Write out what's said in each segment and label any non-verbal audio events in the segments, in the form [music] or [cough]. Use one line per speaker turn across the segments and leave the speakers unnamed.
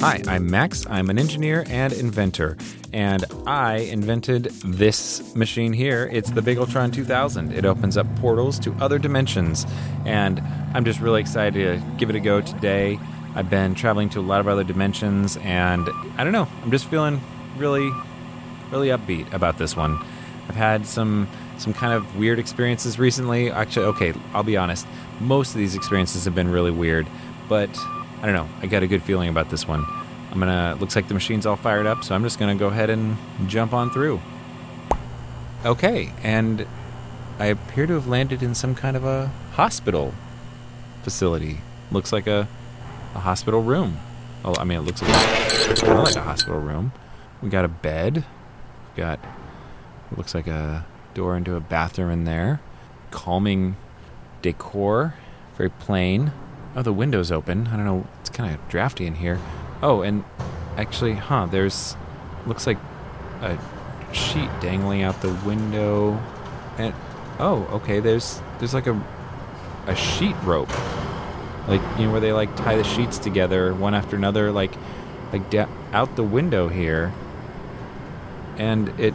Hi, I'm Max. I'm an engineer and inventor, and I invented this machine here. It's the Bigeltron 2000. It opens up portals to other dimensions, and I'm just really excited to give it a go today. I've been traveling to a lot of other dimensions, and I don't know, I'm just feeling really, really upbeat about this one. I've had some some kind of weird experiences recently. Actually, okay, I'll be honest. Most of these experiences have been really weird, but I don't know. I got a good feeling about this one. I'm gonna. Looks like the machine's all fired up, so I'm just gonna go ahead and jump on through. Okay, and I appear to have landed in some kind of a hospital facility. Looks like a a hospital room. Oh, I mean, it looks like kind of like a hospital room. We got a bed. We got it looks like a door into a bathroom in there. Calming decor, very plain. Oh, the window's open. I don't know. It's kind of drafty in here. Oh, and actually, huh? There's looks like a sheet dangling out the window. And oh, okay. There's there's like a a sheet rope like you know where they like tie the sheets together one after another like like da- out the window here and it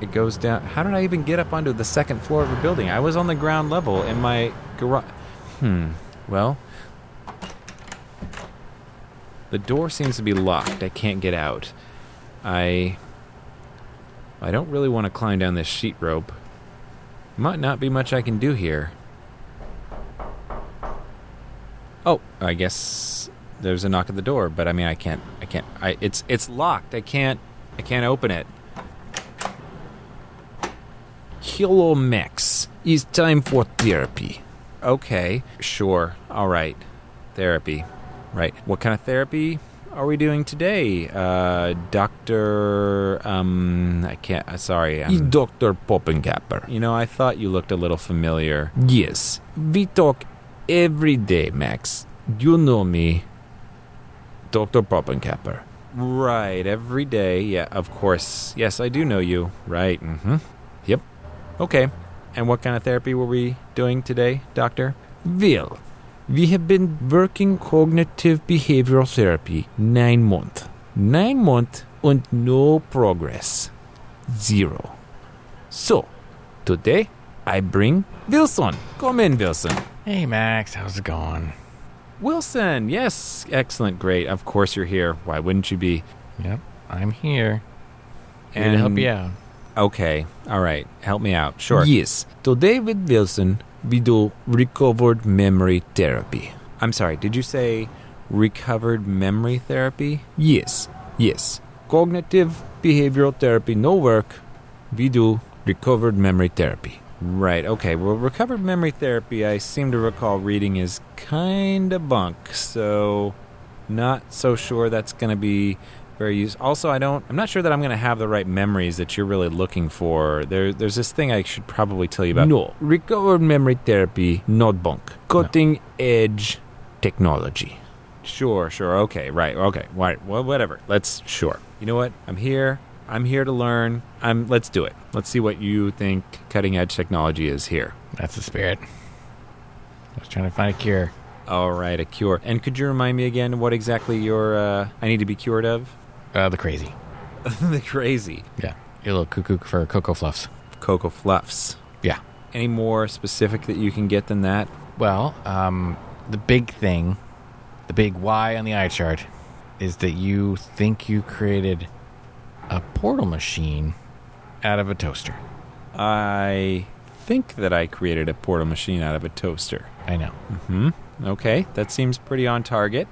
it goes down how did i even get up onto the second floor of a building i was on the ground level in my garage hmm well the door seems to be locked i can't get out i i don't really want to climb down this sheet rope might not be much i can do here Oh, I guess there's a knock at the door, but I mean, I can't, I can't, I, it's, it's locked. I can't, I can't open it. Hello, Max. It's time for therapy. Okay, sure. All right. Therapy. Right. What kind of therapy are we doing today? Uh, Dr. Um, I can't, uh, sorry. I'm,
Dr. Poppenkapper.
you know, I thought you looked a little familiar.
Yes, we talk every day, Max. You know me, Dr. Poppenkapper.
Right, every day. Yeah, of course. Yes, I do know you. Right. Mm-hmm. Yep. Okay. And what kind of therapy were we doing today, doctor?
Well, we have been working cognitive behavioral therapy nine months. Nine months and no progress. Zero. So, today I bring Wilson. Come in, Wilson.
Hey Max, how's it going?
Wilson. Yes. Excellent. Great. Of course you're here. Why wouldn't you be?
Yep, I'm here. Here to help you out.
Okay. All right. Help me out. Sure.
Yes, today with Wilson, we do recovered memory therapy.
I'm sorry. Did you say recovered memory therapy?
Yes, yes. Cognitive behavioral therapy no work. We do recovered memory therapy.
Right. Okay. Well, recovered memory therapy, I seem to recall reading, is kind of bunk. So, not so sure that's going to be very use. Also, I don't. I'm not sure that I'm going to have the right memories that you're really looking for. There, there's this thing I should probably tell you about.
No, recovered memory therapy not bunk. Cutting edge technology.
Sure. Sure. Okay. Right. Okay. Right. Well, whatever. Let's. Sure. You know what? I'm here. I'm here to learn. I'm. Let's do it. Let's see what you think cutting edge technology is here.
That's the spirit. I was trying to find a cure.
All right, a cure. And could you remind me again what exactly your uh, I need to be cured of? [laughs]
Uh, the crazy.
the crazy
Yeah, your little cuckoo for cocoa fluffs.
cocoa fluffs.
Yeah.
Any more specific that you can get than that?
Well, um, the big thing, the big Y on the eye chart, is that you think you created a portal machine out of a toaster.
I think that I created a portal machine out of a toaster.
I know.
Hmm. Okay, that seems pretty on target.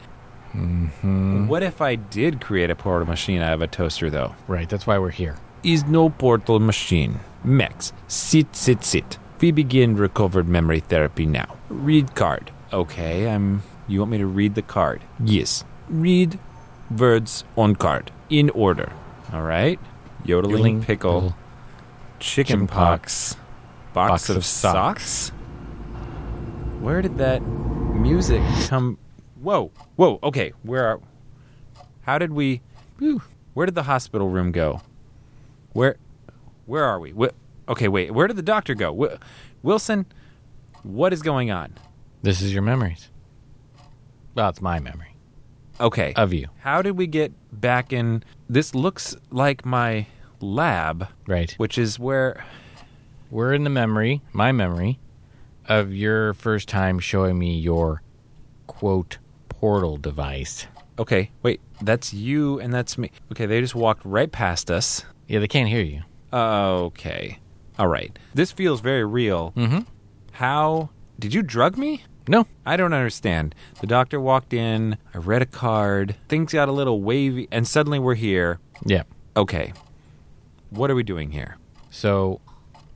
Mm-hmm.
What if I did create a portal machine out of a toaster, though?
Right. That's why we're here.
Is no portal machine. Max, sit, sit, sit. We begin recovered memory therapy now. Read card.
Okay, I'm. You want me to read the card?
Yes. Read words on card in order.
All right. Yodeling,
Yodeling
pickle,
pickle,
chicken,
chicken
pox, box,
box
of,
of
socks.
socks.
Where did that music come? Whoa, whoa. Okay, where are? How did we?
Whew.
Where did the hospital room go? Where? Where are we? Wh- okay, wait. Where did the doctor go? Wh- Wilson, what is going on?
This is your memories. Well, it's my memory.
Okay.
of you,
How did we get back in? This looks like my lab,
right?
which is where.
We're in the memory, my memory, of your first time showing me your quote portal device.
Okay, wait. That's you and that's me. Okay, they just walked right past us.
Yeah, they can't hear you.
Okay. All right. This feels very real. Mm hmm. How. Did you drug me?
No,
I don't understand. The doctor walked in, I read a card, things got a little wavy, and suddenly we're here.
yeah.
Okay. What are we doing here?
So,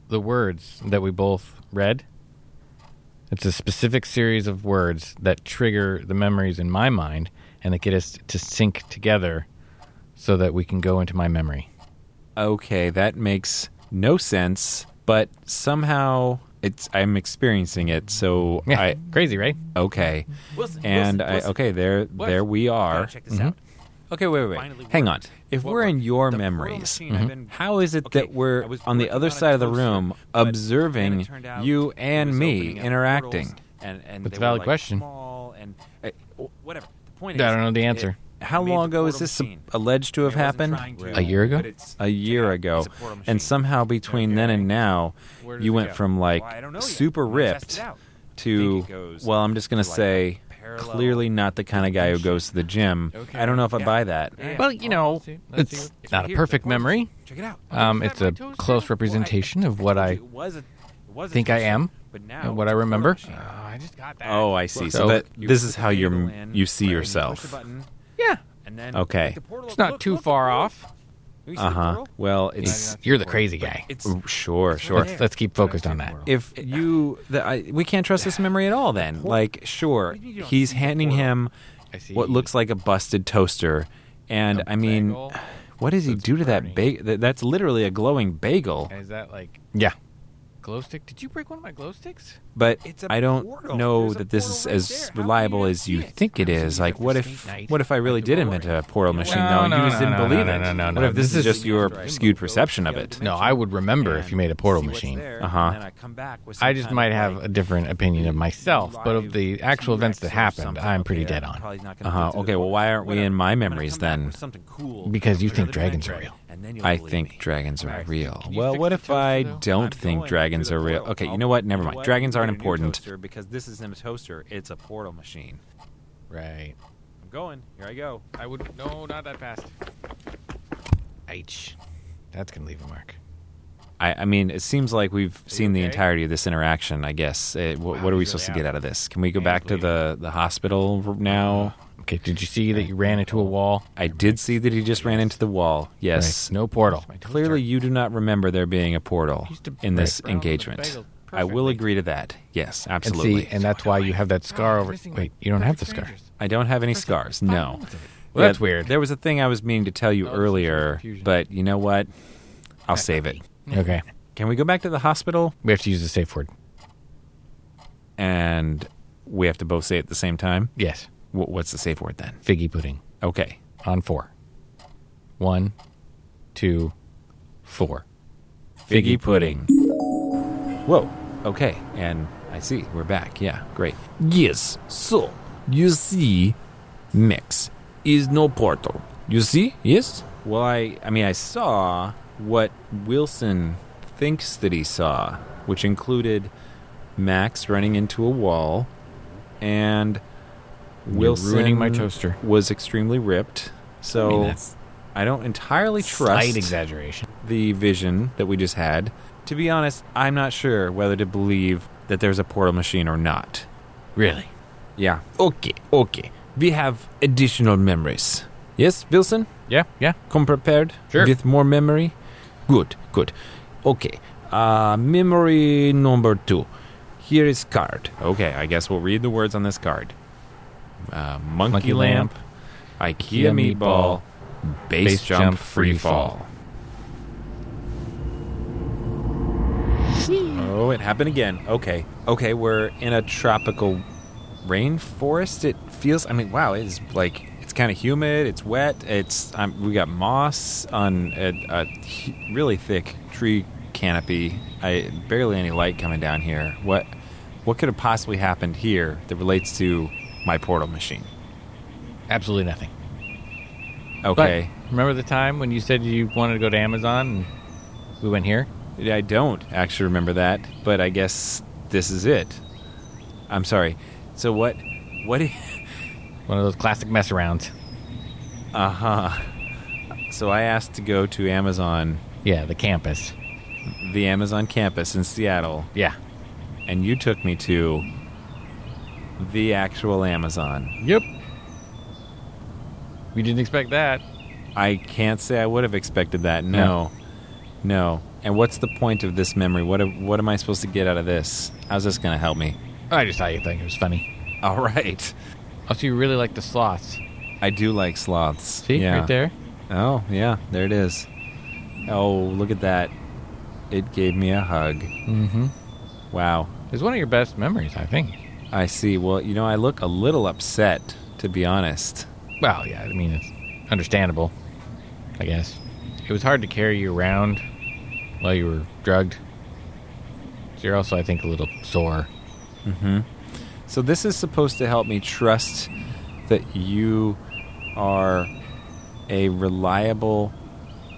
the words that we both read, it's a specific series of words that trigger the memories in my mind and that get us to sync together so that we can go into my memory.
Okay, that makes no sense, but somehow it's I'm experiencing it, so
Yeah.
I
crazy, right?
okay.
Wilson,
And
Wilson,
I
Wilson.
okay, Mm-hmm. there
What?
there we are.
Gotta check this out.
Okay, wait, wait,
Finally
wait. Hang on.
worked.
If
What
we're in
worked?
your
The portal
memories, mm-hmm.
machine I've been-
how is it
Okay,
that we're
I was
on the
working
other
on it
side of the
closer,
room
but then it
observing
turned out
you
it
and
was
me
opening up
interacting?
portals, And, and
That's
they
a
were,
valid
like,
question.
Small and uh,
I-
whatever. The point
I
is,
don't know the
it
answer.
How
made the
long ago is
portal
this
machine.
alleged to have
It wasn't
happened?
trying to,
A year ago?
but it's-
a year ago,
It's a portal machine.
and somehow between then and now,
Where does
you
it
went
go?
from like
Well, I don't know yet.
super
I'm gonna test
ripped
it out.
to
Think it goes
well, I'm just gonna
to, like,
say
parallel
clearly not the kind of guy who goes to the gym.
Okay.
I don't know if I
Yeah.
buy that.
Yeah.
Well, you
Oh,
know,
see, let's see
it's
what-
not a
here,
perfect
the portal
memory.
machine. Check it out.
Um, it's a close representation of what I think I am and what I remember.
I just got that.
Oh, I see. So,
So-
that
You
this
put
is
the
how
cable
you
in,
you see
and you push
yourself.
the button,
Yeah.
and then
Okay.
make the portal
It's
up.
not
Look,
too
look,
far
look, look.
off.
You see the
Uh huh.
portal?
Well, it's Oh,
not
You're the crazy guy.
It's
sure, sure.
there.
Let's, let's keep focused on that.
if you the, I, we can't trust this memory at all then like sure
do you mean you don't
he's
see the
handing
portal?
him
I see.
what looks like a busted toaster and i mean
bagel
what does he
that's
do to that
burning.
bagel that's literally a glowing bagel
Is that like yeah, glow stick? Did you break one of my glow sticks?
but
It's a
i don't
portal.
know
There's a
that this
portal
is
right there.
as
How can you
reliable
not
as
see
you
it?
think it
I'm
is
sitting
like
here
what
for
if
skate night.
what if i really
Like
did
the
invent
lowering.
a portal machine
No,
though
no,
you just
no,
didn't
no,
believe
no,
it
no, no, no.
what if this,
This
is
is
just
the
your
android.
skewed perception of it
No, I would remember if you made a portal machine.
Uh-huh.
I just might have a different opinion of myself, but of the actual events that happened, I'm pretty dead on.
Uh-huh. Okay, well, why aren't we in my memories then?
Because you think dragons are real.
I think dragins are real.
Can you
Well,
fix
what
the
if I
toaster, though?
don't think dragons are real? Okay, you know what? Never mind. Dragons aren't important.
because this isn't a toaster. It's a portal machine.
Right.
I'm going. Here I go.
I would no, not that fast. H. That's gonna leave a mark.
I, I mean, it seems like we've seen the
okay?
entirety of this interaction. I guess. Uh, wh-
Wow,
what are we
he's
supposed
really
to get
out.
out of this? Can we go
Man's
back to
leaving.
the the hospital r- now?
Okay. Did you see that you ran into a wall?
I did see that he just ran into the wall. Yes.
Right, No portal.
Clearly, you do not remember there being a portal
Used to
in this
break around with the
engagement.
bagel
I will
perfectly.
agree to that. Yes,
And
absolutely.
see, and that's why you have that scar over. Wait, you don't have the scar.
I don't have any scars. No.
Well, that's
Yeah,
weird.
There was a thing I was meaning to tell you
Oh, it's
earlier,
confusion.
but you know what? I'll save it.
Okay.
Can we go back to the hospital?
We have to use the safe word.
And we have to both say it at the same time.
Yes.
Wh- What's the safe word then?
Figgy pudding.
Okay.
on four. One, two, four.
Figgy pudding. Whoa. Okay. And I see. We're back. Yeah. Great.
Yes. So, you see, Max is no portal. You see? Yes?
Well, I I mean I saw what Wilson thinks that he saw, which included Max running into a wall and Wilson
ruining my toaster.
was extremely ripped.
Oh.
So I,
that's
don't entirely
Slight
trust
exaggeration.
the vision that we just had. To be honest, I'm not sure whether to believe that there's a portal machine or not.
Really?
Yeah.
Okay, okay. We have additional memories. Yes, Wilson?
Yeah, yeah.
Come prepared?
Sure.
With more memory? Good, good. Okay. Uh, memory number two. Here is card.
Okay, I guess we'll read the words on this card. Uh, monkey,
Monkey
lamp, IKEA
lamp, IKEA
meatball, base,
base
jump,
jump,
free
free
fall. Oh, it happened again. Okay, okay, we're in a tropical rainforest. It feels. I mean, wow, it's like it's kind of humid. It's wet. It's um, we got moss on a, a h- really thick tree canopy. I barely any light coming down here. What what could have possibly happened here that relates to my portal machine?
Absolutely nothing. But
Okay.
remember the time when you said you wanted to go to Amazon and we went here?
I don't actually remember that, but I guess this is it. I'm sorry. So what? What? [laughs]
One of those classic mess arounds.
Uh huh. So I asked to go to Amazon,
Yeah, the campus.
the Amazon campus in Seattle,
Yeah.
and you took me to the actual Amazon.
Yep. We didn't expect that.
I can't say I would have expected that. No, no. And what's the point of this memory? What am- what am I supposed to get out of this? How's this going to help me?
I just thought you'd think it was funny.
All [laughs] right.
Also, you really like the sloths.
I do like sloths.
See,
yeah.
right there.
Oh, yeah, there it is. Oh, look at that. It gave me a hug.
Mm-hmm.
Wow.
It's one of your best memories, I think.
I see. Well, you know, I look a little upset, to be honest.
Well, yeah, I mean, it's understandable, I guess. It was hard to carry you around while you were drugged. So you're also, I think, a little sore.
So, this is supposed to help me trust that you are a reliable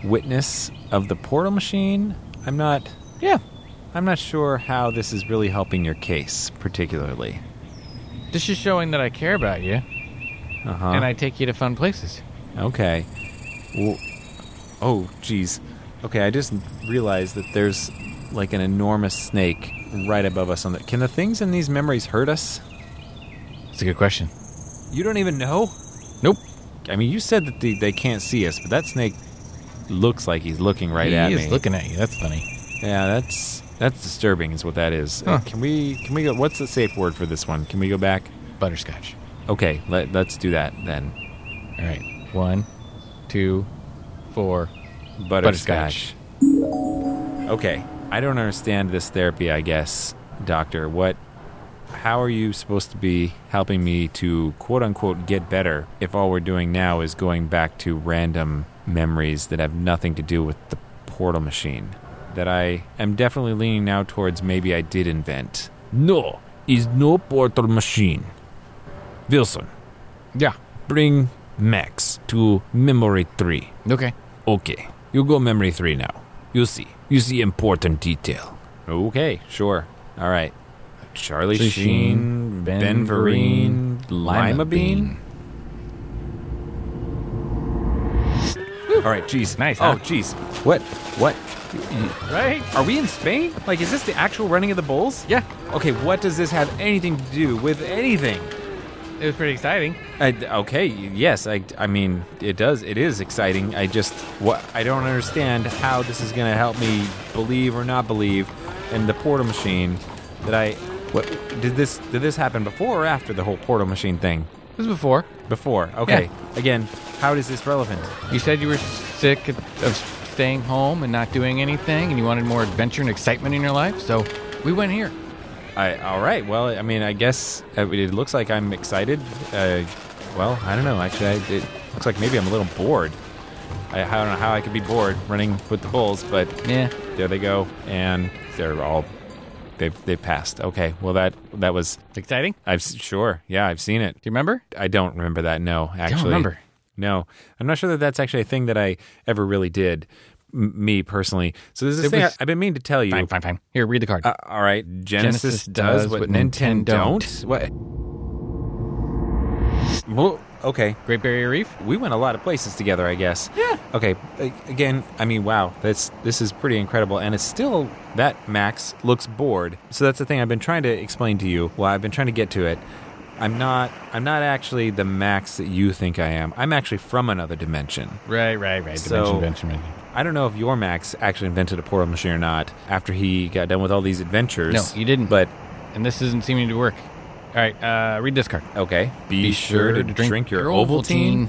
witness of the portal machine. I'm not.
Yeah.
I'm not sure how this is really helping your case, particularly.
This is showing that I care about you
Uh huh.
and I take you to fun places.
Okay. Well, oh, jeez. Okay, I just realized that there's like an enormous snake right above us on the. Can the things in these memories hurt us?
That's a good question.
You don't even know?
Nope.
I mean, you said that the, they can't see us, but that snake looks like he's looking right
he
at
is
me.
looking at you. That's funny.
yeah, that's that's disturbing is what that is. Uh,
Huh.
Can we can we go what's the safe word for this one? Can we go back?
Butterscotch.
Okay, let, let's do that then.
All right. One, two, four.
butterscotch. Okay, I don't understand this therapy, I guess, doctor. What how are you supposed to be helping me to quote unquote get better if all we're doing now is going back to random memories that have nothing to do with the portal machine that I am definitely leaning now towards maybe I did invent.
No, is no portal machine. Wilson,
Yeah.
bring Max to memory three.
Okay.
Okay, you go memory three now. You see, you see important detail.
Okay, sure. All right. Charlie
Charlie
Sheen,
Sheen,
Ben,
Ben
Vereen,
Vereen,
Lima
Lima
Bean.
Bean.
All right, jeez.
Nice,
Oh,
huh?
jeez. What? What?
Right?
Are we in Spain? Like, is this the actual running of the bulls?
Yeah.
Okay, what does this have anything to do with anything?
It was pretty exciting.
I, okay, yes, I, I mean, it does. It is exciting. I just, what, I don't understand how this is going to help me believe or not believe in the portal machine that I, what, did this, did this happen before or after the whole portal machine thing?
This was before.
Before. Okay. Again, how is this relevant?
You said you were sick of of staying home and not doing anything, and you wanted more adventure and excitement in your life, so we went here.
I, all right. Well, I mean, I guess uh, it looks like I'm excited. Uh, well, I don't know. Actually, I, it looks like maybe I'm a little bored. I, I don't know how I could be bored running with the bulls, but
Yeah.
there they go, and they're all they've they've passed. Okay. Well, that that was
Exciting? Do
I've s- sure. Yeah, I've seen it.
you remember?
I don't remember that. No, actually,
remember.
No, I'm not sure that that's actually a thing that I ever really did. M- me personally. So this is a
It
thing
was-
I, have been meaning to tell you.
Fine, fine, fine. Here, read the card.
Uh, all right, Genesis,
Genesis
does,
does
what
what
Nintendo
Nintendo
don't. What? Well, okay.
Great Barrier Reef?
We went a lot of places together, I guess. Yeah. Okay. a- Again, I mean, wow, that's this is pretty incredible, and it's still that Max looks bored. So that's the thing I've been trying to explain to you. Well, I've been trying to get to it. I'm not. I'm not actually the Max that you think I am. I'm actually from another dimension.
Right, right, right.
So-
dimension, dimension.
I don't know if your Max actually invented a portal machine or not after he got done with all these adventures.
No, he didn't.
But
And this isn't seeming to work. All right, uh, read this card.
Okay. Be, sure, to drink, your, Ovaltine.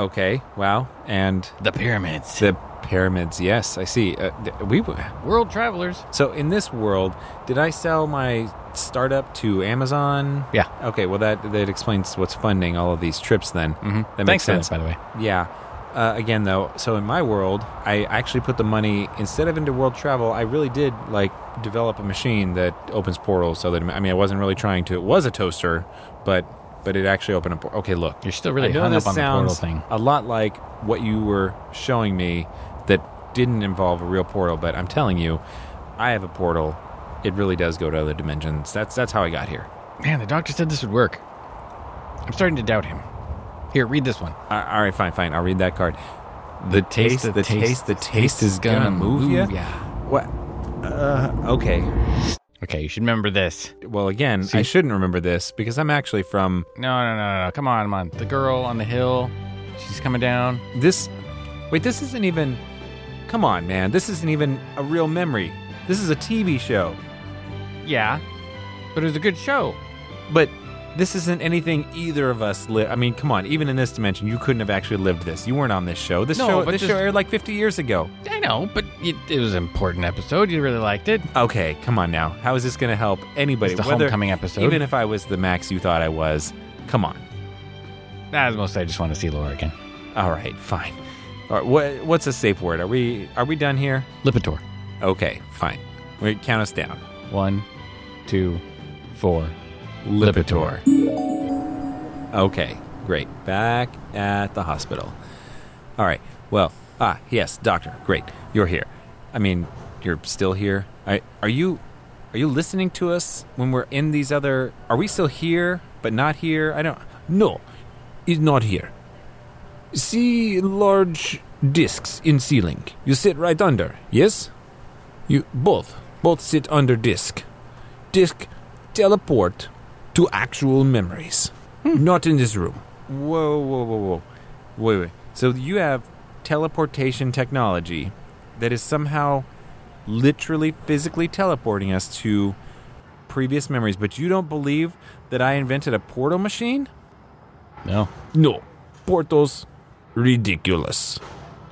Okay. Wow. And
The pyramids.
the pyramids. Yes, I see. Uh, th- we w-
World travelers.
so in this world, did I sell my startup to Amazon?
Yeah.
Okay. Well, that that explains what's funding all of these trips. Then
Mm-hmm.
that
Thanks
makes
for that,
sense.
by the way.
Yeah. Uh, again, though, so in my world, I actually put the money instead of into world travel. I really did like develop a machine that opens portals. So that I mean, I wasn't really trying to. It was a toaster, but but it actually opened a portal. Okay, look,
You're still really
I know
hung
this
up on the portal
sounds
thing.
A lot like what you were showing me that didn't involve a real portal, but I'm telling you, I have a portal. It really does go to other dimensions. That's that's how I got here.
Man, the doctor said this would work. I'm starting to doubt him. Here, read this one.
A- all right, fine, fine. I'll read that card. The taste, the, taste, the taste is gonna, move you.
Yeah.
What? Uh, okay.
Okay, you should remember this.
Well, again, I shouldn't remember this because I'm actually from
No, no, no, no, no. Come on, come on. The girl on the hill, she's coming down.
this. Wait, this isn't even. Come on, man. This isn't even a real memory. This is a TV show.
Yeah. But it was a good show.
But this isn't anything either of us li I mean, come on. Even in this dimension, you couldn't have actually lived this. You weren't on this show. This
No,
show,
but
this
just-
show aired like 50 years ago.
I know, but it, it was an important episode. You really liked it.
Okay, come on now. How is this going to help anybody?
It's the
Whether-
homecoming episode.
Even if I was the max you thought I was, come on.
Nah, it's mostly I just want to see Laura again.
All right, fine. All right, what, what's a safe word? Are we are we done here?
Lipitor.
Okay, fine. Wait, count us down.
One, two, four.
Lipitor. Okay, great. Back at the hospital. All right. Well, ah, yes, doctor. Great, you're here. I mean, you're still here. I, are you? Are you listening to us when we're in these other? Are we still here but not here? I don't.
No, it's not here. See large discs in ceiling. You sit right under, yes? You both both sit under disc. Disc teleport to actual memories. Not in this room.
Whoa, whoa, whoa, whoa. Wait, wait. So you have teleportation technology that is somehow literally physically teleporting us to previous memories, but you don't believe that I invented a portal machine?
No.
No. Portals ridiculous.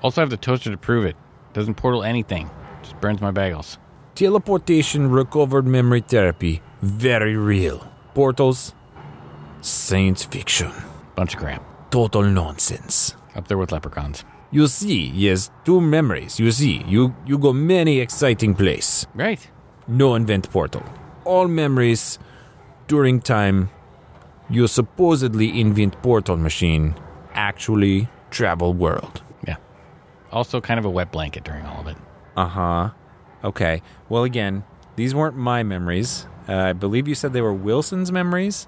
Also, I have the toaster to prove it. Doesn't portal anything. Just burns my bagels.
Teleportation recovered memory therapy. Very real. Portals science fiction.
Bunch of crap.
Total nonsense.
Up there with leprechauns.
You see, yes, two memories. You see, you you go many exciting place.
Right.
No invent portal. All memories during time. You supposedly invent portal machine. Actually, travel world.
Yeah. Also, kind of a wet blanket during all of it.
Uh huh. Okay. Well, again, these weren't my memories. Uh, I believe you said they were Wilson's memories.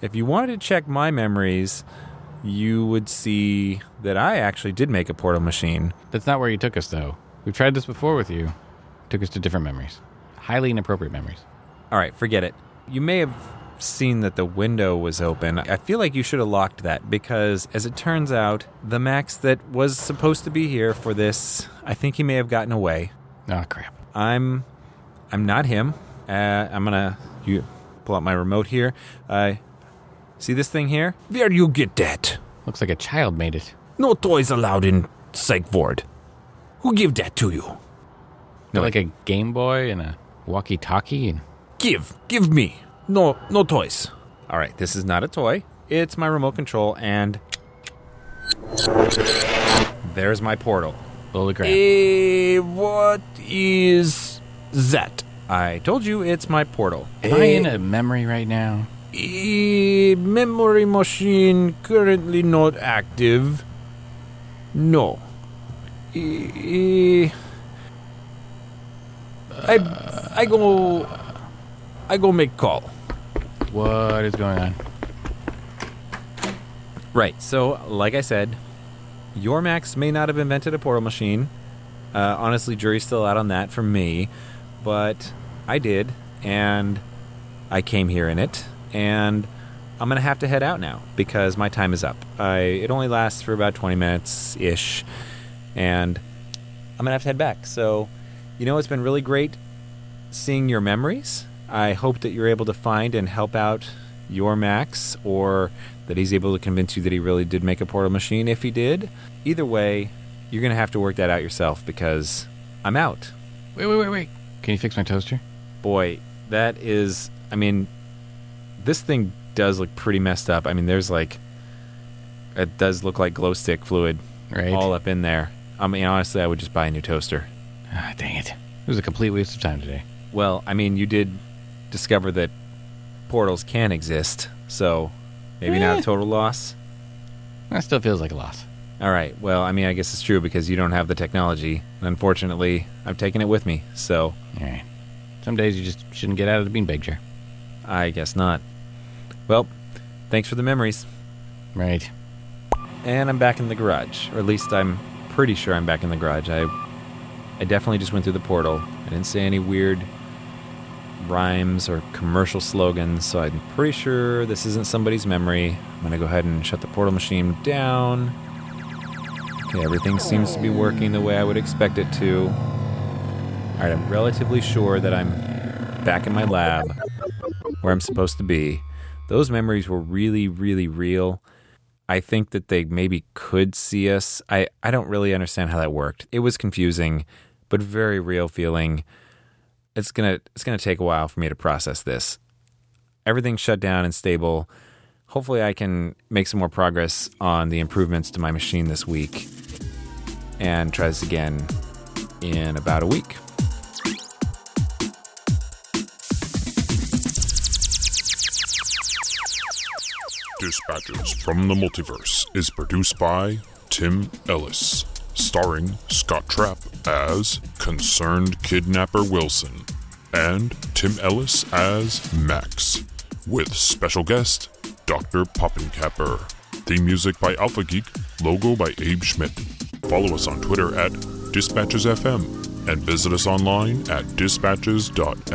If you wanted to check my memories, you would see that I actually did make a portal machine.
That's not where you took us, though. We've tried this before with you. Took us to different memories, highly inappropriate memories.
All right, forget it. You may have seen that the window was open. I feel like you should have locked that because, as it turns out, the Max that was supposed to be here for this, I think he may have gotten away.
Oh crap!
I'm, I'm not him. Uh, I'm gonna you pull out my remote here. Uh, see this thing here?
Where you get that?
Looks like a child made it.
No toys allowed in psych ward. Who give that to you?
No,
like a Game Boy and a walkie-talkie. And
Give, give me. No, no toys.
All right, this is not a toy. It's my remote control, and there's my portal.
holy crap!
Eh, what is that?
I told you it's my portal.
Am I in a memory right now?
Eh, memory machine currently not active. No. E, Eh, eh, I I go I go make call.
What is going on?
Right. So, like I said, your Max may not have invented a portal machine. Uh, honestly, jury's still out on that for me, but I did, and I came here in it, and I'm gonna have to head out now because my time is up. I it only lasts for about 20 minutes ish, and I'm gonna have to head back. So, you know, it's been really great seeing your memories. I hope that you're able to find and help out your Max, or that he's able to convince you that he really did make a portal machine if he did. Either way, you're going to have to work that out yourself because I'm out.
Wait, wait, wait, wait! Can you fix my toaster?
Boy, that is. I mean, this thing does look pretty messed up. I mean, there's like. It does look like glow stick fluid
right?
all up in there. I mean, honestly, I would just buy a new toaster.
Ah, dang it. It was a complete waste of time today.
Well, I mean, you did discover that portals can exist, so maybe not
Eh.
a total loss.
That still feels like a loss.
All right. Well, I mean, I guess it's true because you don't have the technology, and unfortunately, I'm taking it with me. So
All right. Some days you just shouldn't get out of the beanbag chair.
I guess not. Well, thanks for the memories.
Right.
And I'm back in the garage, or at least I'm pretty sure I'm back in the garage. I, I definitely just went through the portal. I didn't say any weird rhymes or commercial slogans, so I'm pretty sure this isn't somebody's memory. I'm gonna go ahead and shut the portal machine down. Okay, everything seems to be working the way I would expect it to. All right, I'm relatively sure that I'm back in my lab, where I'm supposed to be. Those memories were really, really real. I think that they maybe could see us. I, I don't really understand how that worked. It was confusing, but very real feeling. It's gonna it's gonna take a while for me to process this. Everything's shut down and stable. Hopefully I can make some more progress on the improvements to my machine this week and try this again in about a week.
Dispatches from the Multiverse is produced by Tim Ellis, starring Scott Trapp as Concerned Kidnapper Wilson and Tim Ellis as Max, with special guest Dr. Poppencapper. Theme music by Alpha Geek, logo by Abe Schmidt. Follow us on Twitter at DispatchesFM and visit us online at dispatches.fm.